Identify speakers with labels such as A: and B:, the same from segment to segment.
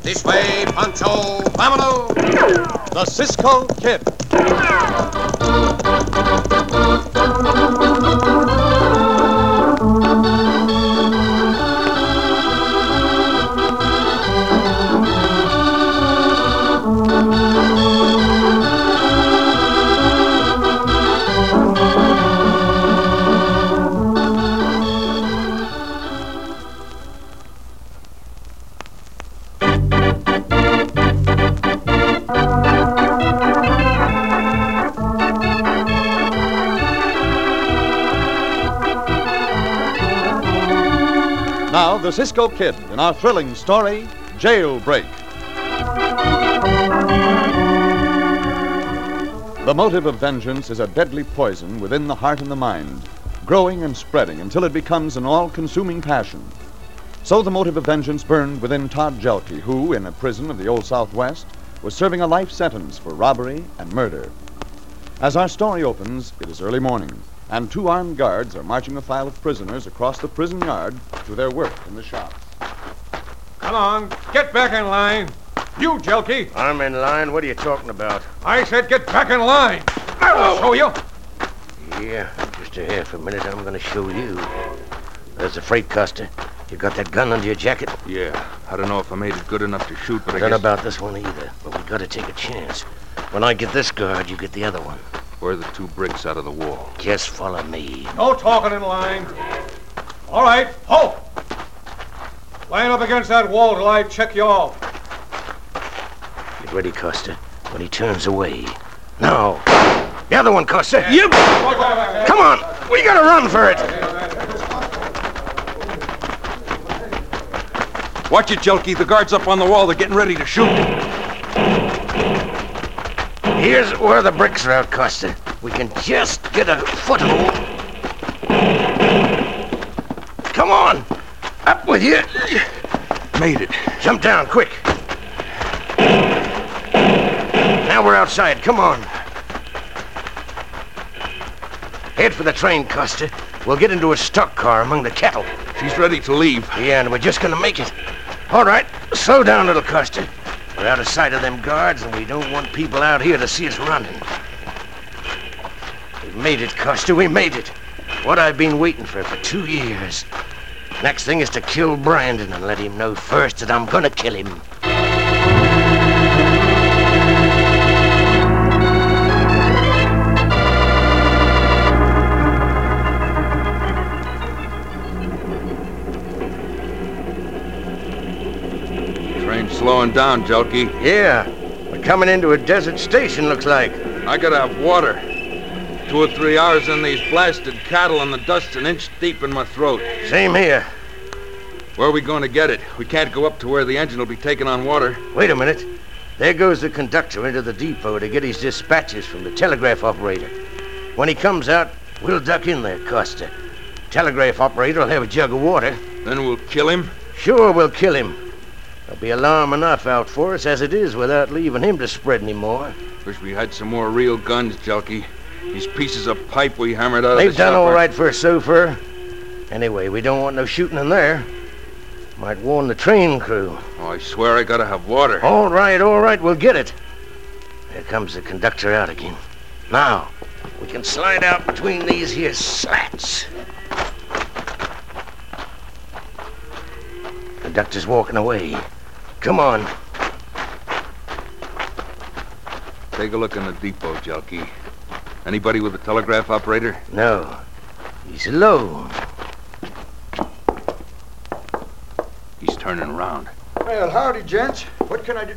A: This way, Pancho. Vamolo. The Cisco Kid. Now, the Cisco Kid in our thrilling story, Jailbreak. The motive of vengeance is a deadly poison within the heart and the mind, growing and spreading until it becomes an all consuming passion. So the motive of vengeance burned within Todd Jelke, who, in a prison of the Old Southwest, was serving a life sentence for robbery and murder. As our story opens, it is early morning, and two armed guards are marching a file of prisoners across the prison yard to their work in the shop.
B: Come on, get back in line. You, Jelky.
C: I'm in line. What are you talking about?
B: I said get back in line. I'll show you.
C: Yeah, just a half a minute. I'm going to show you. There's the freight custer. You got that gun under your jacket?
D: Yeah, I don't know if I made it good enough to shoot, but I
C: Not
D: guess
C: about this one either. But we got to take a chance. When I get this guard, you get the other one.
D: where are the two bricks out of the wall?
C: Just follow me.
B: No talking in line. All right, halt. Line up against that wall till I check you off.
C: Get ready, Custer. When he turns away. Now. The other one, Custer. You. Come on. We got to run for it.
D: Watch it, Jelky. The guards up on the wall. They're getting ready to shoot.
C: Here's where the bricks are out, Custer. We can just get a foothold. Come on. Up with you.
D: Made it.
C: Jump down, quick. Now we're outside. Come on. Head for the train, Custer. We'll get into a stock car among the cattle.
D: She's ready to leave.
C: Yeah, and we're just gonna make it. All right, slow down, little Custer. We're out of sight of them guards, and we don't want people out here to see us running. We made it, Custer. We made it. What I've been waiting for for two years. Next thing is to kill Brandon and let him know first that I'm gonna kill him.
D: Train's slowing down, Jelky.
C: Yeah, we're coming into a desert station, looks like.
D: I gotta have water. Two or three hours in these blasted cattle and the dust an inch deep in my throat.
C: Same here.
D: Where are we going to get it? We can't go up to where the engine will be taking on water.
C: Wait a minute. There goes the conductor into the depot to get his dispatches from the telegraph operator. When he comes out, we'll duck in there, Custer. Telegraph operator will have a jug of water.
D: Then we'll kill him.
C: Sure, we'll kill him. There'll be alarm enough out for us as it is without leaving him to spread any more.
D: Wish we had some more real guns, Jelky. These pieces of pipe we hammered out of
C: They've
D: the
C: done
D: shop
C: all
D: are-
C: right for us so far. Anyway, we don't want no shooting in there. Might warn the train crew.
D: Oh, I swear I gotta have water.
C: All right, all right, we'll get it. There comes the conductor out again. Now, we can slide out between these here slats. Conductor's walking away. Come on.
D: Take a look in the depot, Jelky. Anybody with a telegraph operator?
C: No, he's alone.
D: He's turning round.
E: Well, howdy, gents. What can I do?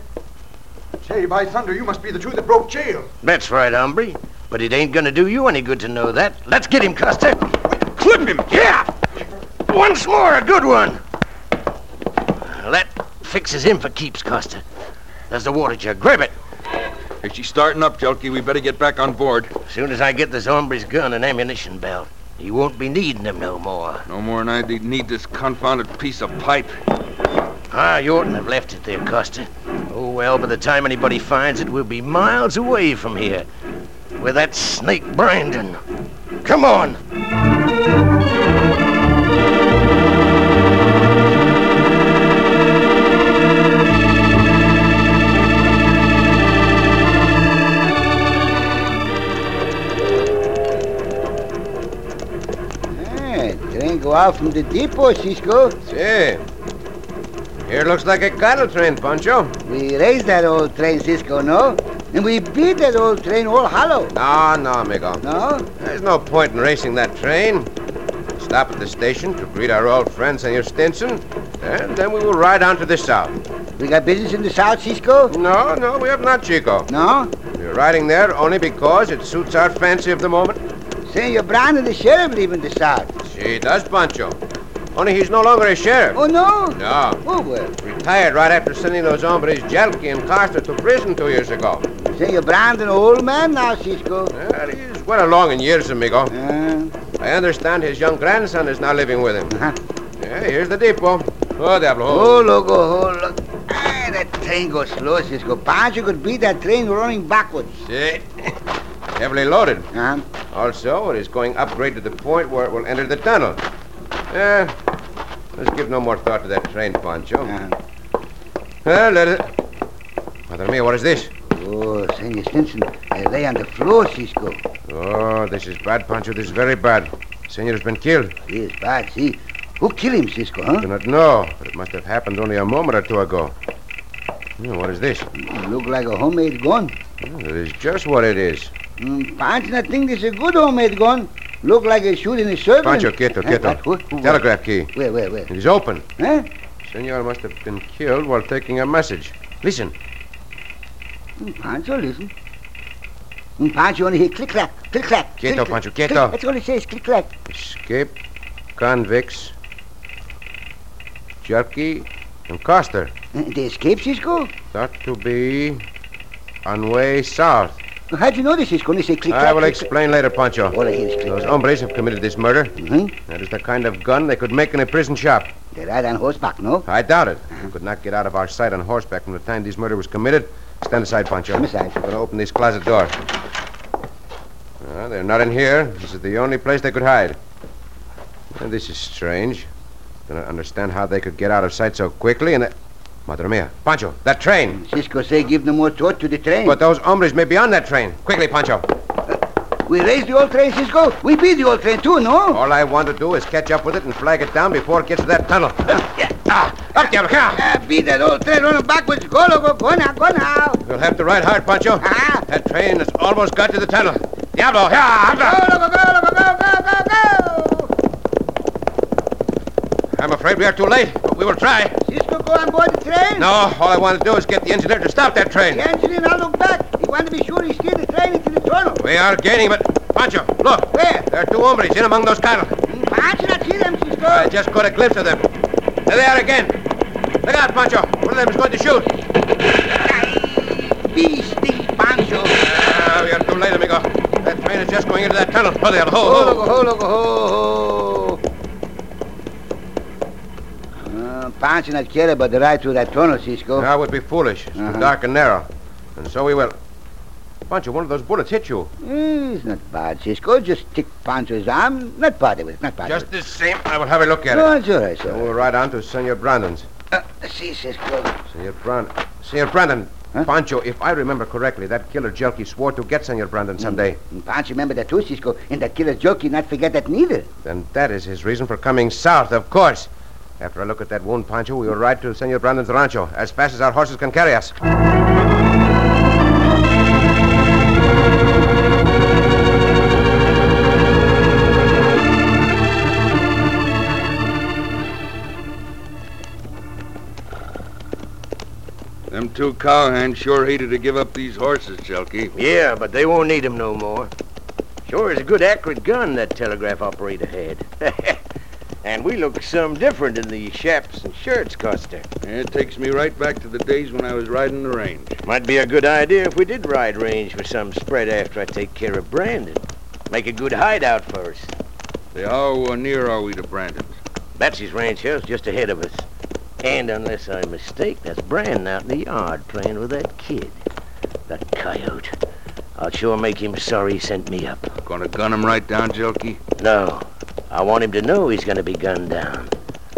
E: Say, by thunder, you must be the two that broke jail.
C: That's right, hombre. But it ain't gonna do you any good to know that. Let's get him, Custer.
D: Clip him!
C: Yeah! Once more, a good one. That fixes him for keeps, Custer. There's the water jug. Grab it.
A: Hey, she's starting up, Jelky. We better get back on board.
F: Soon as I get this hombre's gun and ammunition belt, he won't be needing them no more.
A: No more than I would need this confounded piece of pipe.
F: Ah, you oughtn't have left it there, Costa. Oh, well, by the time anybody finds it, we'll be miles away from here. With that snake Brandon. Come on!
G: Ah, train go out from the depot, Cisco.
C: See. Here looks like a cattle train, Pancho.
G: We raised that old train, Cisco, no? And we beat that old train all hollow,
C: No, no, amigo.
G: no?
C: There's no point in racing that train. Stop at the station to greet our old friend, Senor Stinson, and then we will ride on to the south.
G: We got business in the south, Cisco?
C: No, no, we have not, Chico.
G: No?
C: We're riding there only because it suits our fancy of the moment.
G: Senor Brown and the sheriff leaving the south.
C: She does, Pancho. Only he's no longer a sheriff.
G: Oh, no?
C: No.
G: Oh, well.
C: Retired right after sending those hombres Jelky and Costa to prison two years ago.
G: Senor Brown an old man now, Cisco.
C: Well, he's well along in years, amigo.
G: Uh,
C: I understand his young grandson is now living with him.
G: Uh-huh.
C: Yeah, here's the depot. Oh, Diablo.
G: oh, look, oh, oh, look. Ah, that train goes slow, Cisco. Perhaps you could beat that train running backwards.
C: See? Heavily loaded.
G: Uh-huh.
C: Also, it is going up grade to the point where it will enter the tunnel. Eh, let's give no more thought to that train, Pancho.
G: Uh-huh.
C: Well, let it... Mother mia, what is this?
G: Oh, Senor Stinson, I lay on the floor, Cisco.
C: Oh, this is bad, Pancho. This is very bad. Senor's been killed.
G: Yes, bad, see. Who killed him, Cisco, huh?
C: I do not know, but it must have happened only a moment or two ago. Hmm, what is this?
G: Look like a homemade gun.
C: Hmm, It is just what it is.
G: Mm, Pancho, I think this is a good homemade gun. Look like a shooting a servant.
C: Pancho, quieto,
G: Eh,
C: quieto.
G: what, who- who-
C: Telegraph key.
G: Where, where, where?
C: It is open.
G: Huh?
C: Senor must have been killed while taking a message. Listen.
G: Mm, Pancho, listen. Mm, Pancho, only hear click-clack, click-clack.
C: Quieto,
G: click-clack,
C: Pancho,
G: click-
C: quieto.
G: That's all it says, click-clack.
C: Escape, convicts, Jerky, and Coster.
G: Uh, They escaped, Cisco?
C: Thought to be on way south.
G: How'd you know this, Cisco? Only say click-clack.
C: I will
G: click-clack.
C: explain later, Pancho.
G: All I hear is
C: Those
G: click-clack.
C: hombres have committed this murder.
G: hmm
C: That is the kind of gun they could make in a prison shop.
G: They ride on horseback, no?
C: I doubt it. You could not get out of our sight on horseback from the time this murder was committed. Stand aside, Pancho.
G: Come aside.
C: I'm going to open these closet doors. Ah, they're not in here. This is the only place they could hide. Well, this is strange. Don't understand how they could get out of sight so quickly. And that... Madre mia, Pancho, that train.
G: Cisco say give no more thought to the train.
C: But those hombres may be on that train. Quickly, Pancho.
G: we raised the old train, Cisco. We beat the old train, too, no?
C: All I want to do is catch up with it and flag it down before it gets to that tunnel.
G: Yeah.
C: Ah, up, Diablo, come on.
G: Ah, beat that old train running backwards. Go, loco, go now, go now.
C: You'll have to ride hard, Pancho.
G: Ah.
C: That train has almost got to the tunnel. Diablo, here, I'm
G: Go,
C: go-
G: loco, go, loco, go, go, go, go.
C: I'm afraid we are too late, but we will try.
G: Cisco, go on board the train.
C: No, all I want to do is get the engineer to stop that train.
G: The engineer now look back. He want to be sure he steered the train into the tunnel.
C: We are gaining, but Pancho, look.
G: Where?
C: There are two hombres in among those cattle.
G: Perhaps you not see them, Cisco.
C: I just caught a glimpse of them. There they are again. Look out, Pancho. One of them is going to shoot.
G: These things, Pancho.
C: Ah, we are too late, amigo. That train is just going into that tunnel. Oh, there,
G: Ho,
C: ho,
G: loco,
C: ho.
G: ho, loco, ho, ho. Uh, Pancho not care about the ride through that tunnel, Cisco.
C: That would be foolish. It's
G: Uh-huh.
C: too dark and narrow. And so we will. Pancho, one of those bullets hit you.
G: Eh, it's not bad, Cisco. Just stick Pancho's arm. Not bother with it, not bother
C: Just the same, I will have a look
G: with
C: at
G: it. No,
C: it.
G: it's all right,
C: Then
G: sir.
C: we'll ride on to Senor Brandon's.
G: Uh, see, Cisco.
C: Senor Brand, Senor Brandon,
G: Huh?
C: Pancho, if I remember correctly, that killer Jelky swore to get Senor Brandon someday.
G: And Pancho remember that too, Cisco. And that killer joke, you not forget that neither.
C: Then that is his reason for coming south, of course. After I look at that wound, Pancho, we will ride to Senor Brandon's rancho as fast as our horses can carry us.
A: Them two cowhands sure hated to give up these horses, Jelky.
F: Yeah, but they won't need him no more. Sure is a good accurate gun that telegraph operator had.
C: And we look some different in these chaps and shirts, Costa.
D: It takes me right back to the days when I was riding the range.
C: Might be a good idea if we did ride range for some spread after I take care of Brandon. Make a good hideout for us.
D: Say, How uh, near are we to Brandon?
C: Betsy's ranch house just ahead of us. And unless I mistake, that's Brandon out in the yard playing with that kid. That coyote. I'll sure make him sorry he sent me up.
D: Gonna gun him right down, Jelky?
C: No. I want him to know he's going to be gunned down.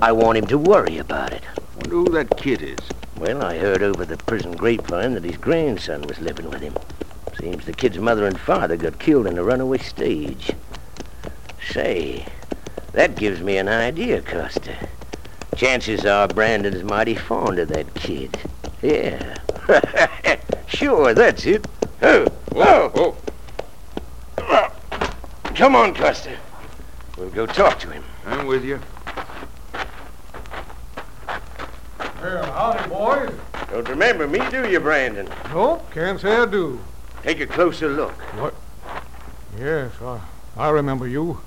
C: I want him to worry about it.
D: Wonder who that kid is.
C: Well, I heard over the prison grapevine that his grandson was living with him. Seems the kid's mother and father got killed in a runaway stage. Say, that gives me an idea, Costa. Chances are Brandon's mighty fond of that kid. Yeah. sure, that's it. Oh,
D: Whoa, whoa.
C: come on, Costa. We'll go talk to him.
D: I'm with you.
B: Well, howdy, boys.
C: Don't remember me, do you, Brandon?
B: Nope, can't say I do.
C: Take a closer look.
B: Yes, I, I remember you.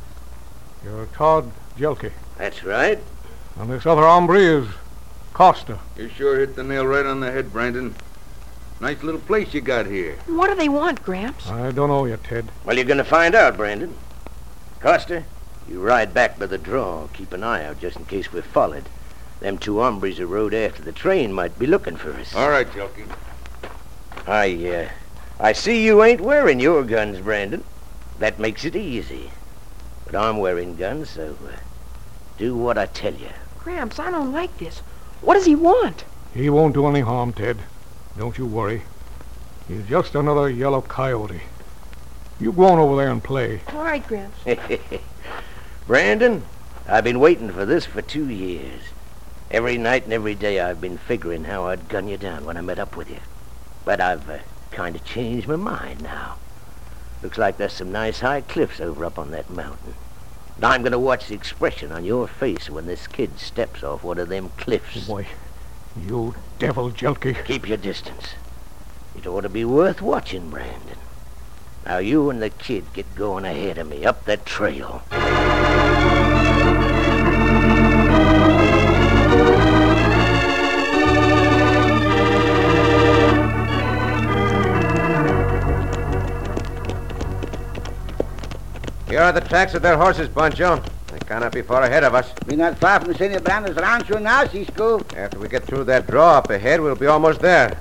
B: You're Todd Jelke.
C: That's right.
B: And this other hombre is Costa.
D: You sure hit the nail right on the head, Brandon. Nice little place you got here.
H: What do they want, Gramps?
B: I don't know yet, Ted.
C: Well, you're going to find out, Brandon. Costa, you ride back by the draw. Keep an eye out just in case we're followed. Them two hombres who rode after the train might be looking for us.
D: All right, Jelky.
C: I, uh, I see you ain't wearing your guns, Brandon. That makes it easy. But I'm wearing guns, so uh, do what I tell you.
H: Gramps, I don't like this. What does he want?
B: He won't do any harm, Ted. Don't you worry. He's just another yellow coyote. You go on over there and play.
H: All right, Gramps.
C: Brandon, I've been waiting for this for two years. Every night and every day I've been figuring how I'd gun you down when I met up with you. But I've uh, kind of changed my mind now. Looks like there's some nice high cliffs over up on that mountain. And I'm going to watch the expression on your face when this kid steps off one of them cliffs.
B: Boy, you devil jelky.
C: Keep your distance. It ought to be worth watching, Brandon. Now you and the kid get going ahead of me up that trail.
F: Here are the tracks of their horses, Pancho. They cannot be far ahead of us.
G: We're not far from Senor Brandon's rancho now, Cisco.
F: After we get through that draw up ahead, we'll be almost there.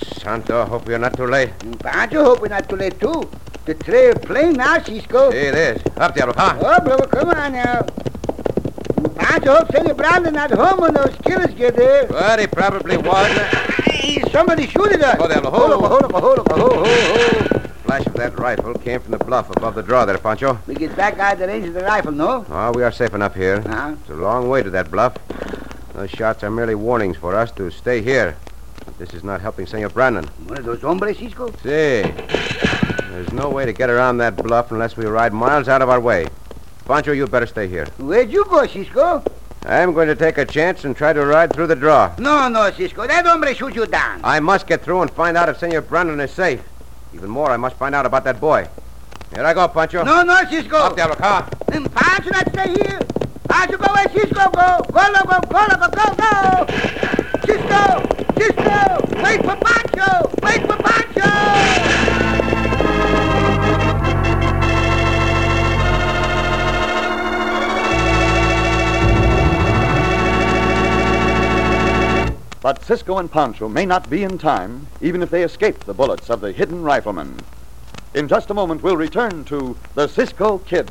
F: Santo, hope we're not too late.
G: And Pancho hope we're not too late, too. The trail plain now, Cisco.
F: See, it is. Up, Diablo, huh?
G: Oh, brother, come on now. Pancho hope Senor Brandon not home when those killers get there.
F: But he probably was.
G: Hey, somebody shooting us.
F: Oh, Diablo,
G: Hold
F: hold
G: up, hold up, hold up, hold up, hold up, hold up.
F: Flash of that rifle came from the bluff above the draw there, Pancho.
G: We get back out of the range of the rifle, no?
F: Ah, we are safe enough here.
G: Now,
F: It's a long way to that bluff. Those shots are merely warnings for us to stay here. But this is not helping Senor Brandon.
G: one of those hombres, Cisco.
F: See, there's no way to get around that bluff unless we ride miles out of our way. Pancho, you better stay here.
G: Where'd you go, Cisco?
F: I'm going to take a chance and try to ride through the draw.
G: No, no, Cisco. That hombre shoot you down.
F: I must get through and find out if Senor Brandon is safe. Even more, I must find out about that boy. Here I go, Pancho.
G: No, no, Cisco.
F: Up, Diablo, car.
G: Then Pancho not stay here. Pancho go where Cisco go. Go, loco, go, loco, go, go. Cisco, Cisco, wait for Pancho. Wait for Pancho.
A: But Cisco and Pancho may not be in time, even if they escape the bullets of the hidden rifleman. In just a moment, we'll return to the Cisco Kid.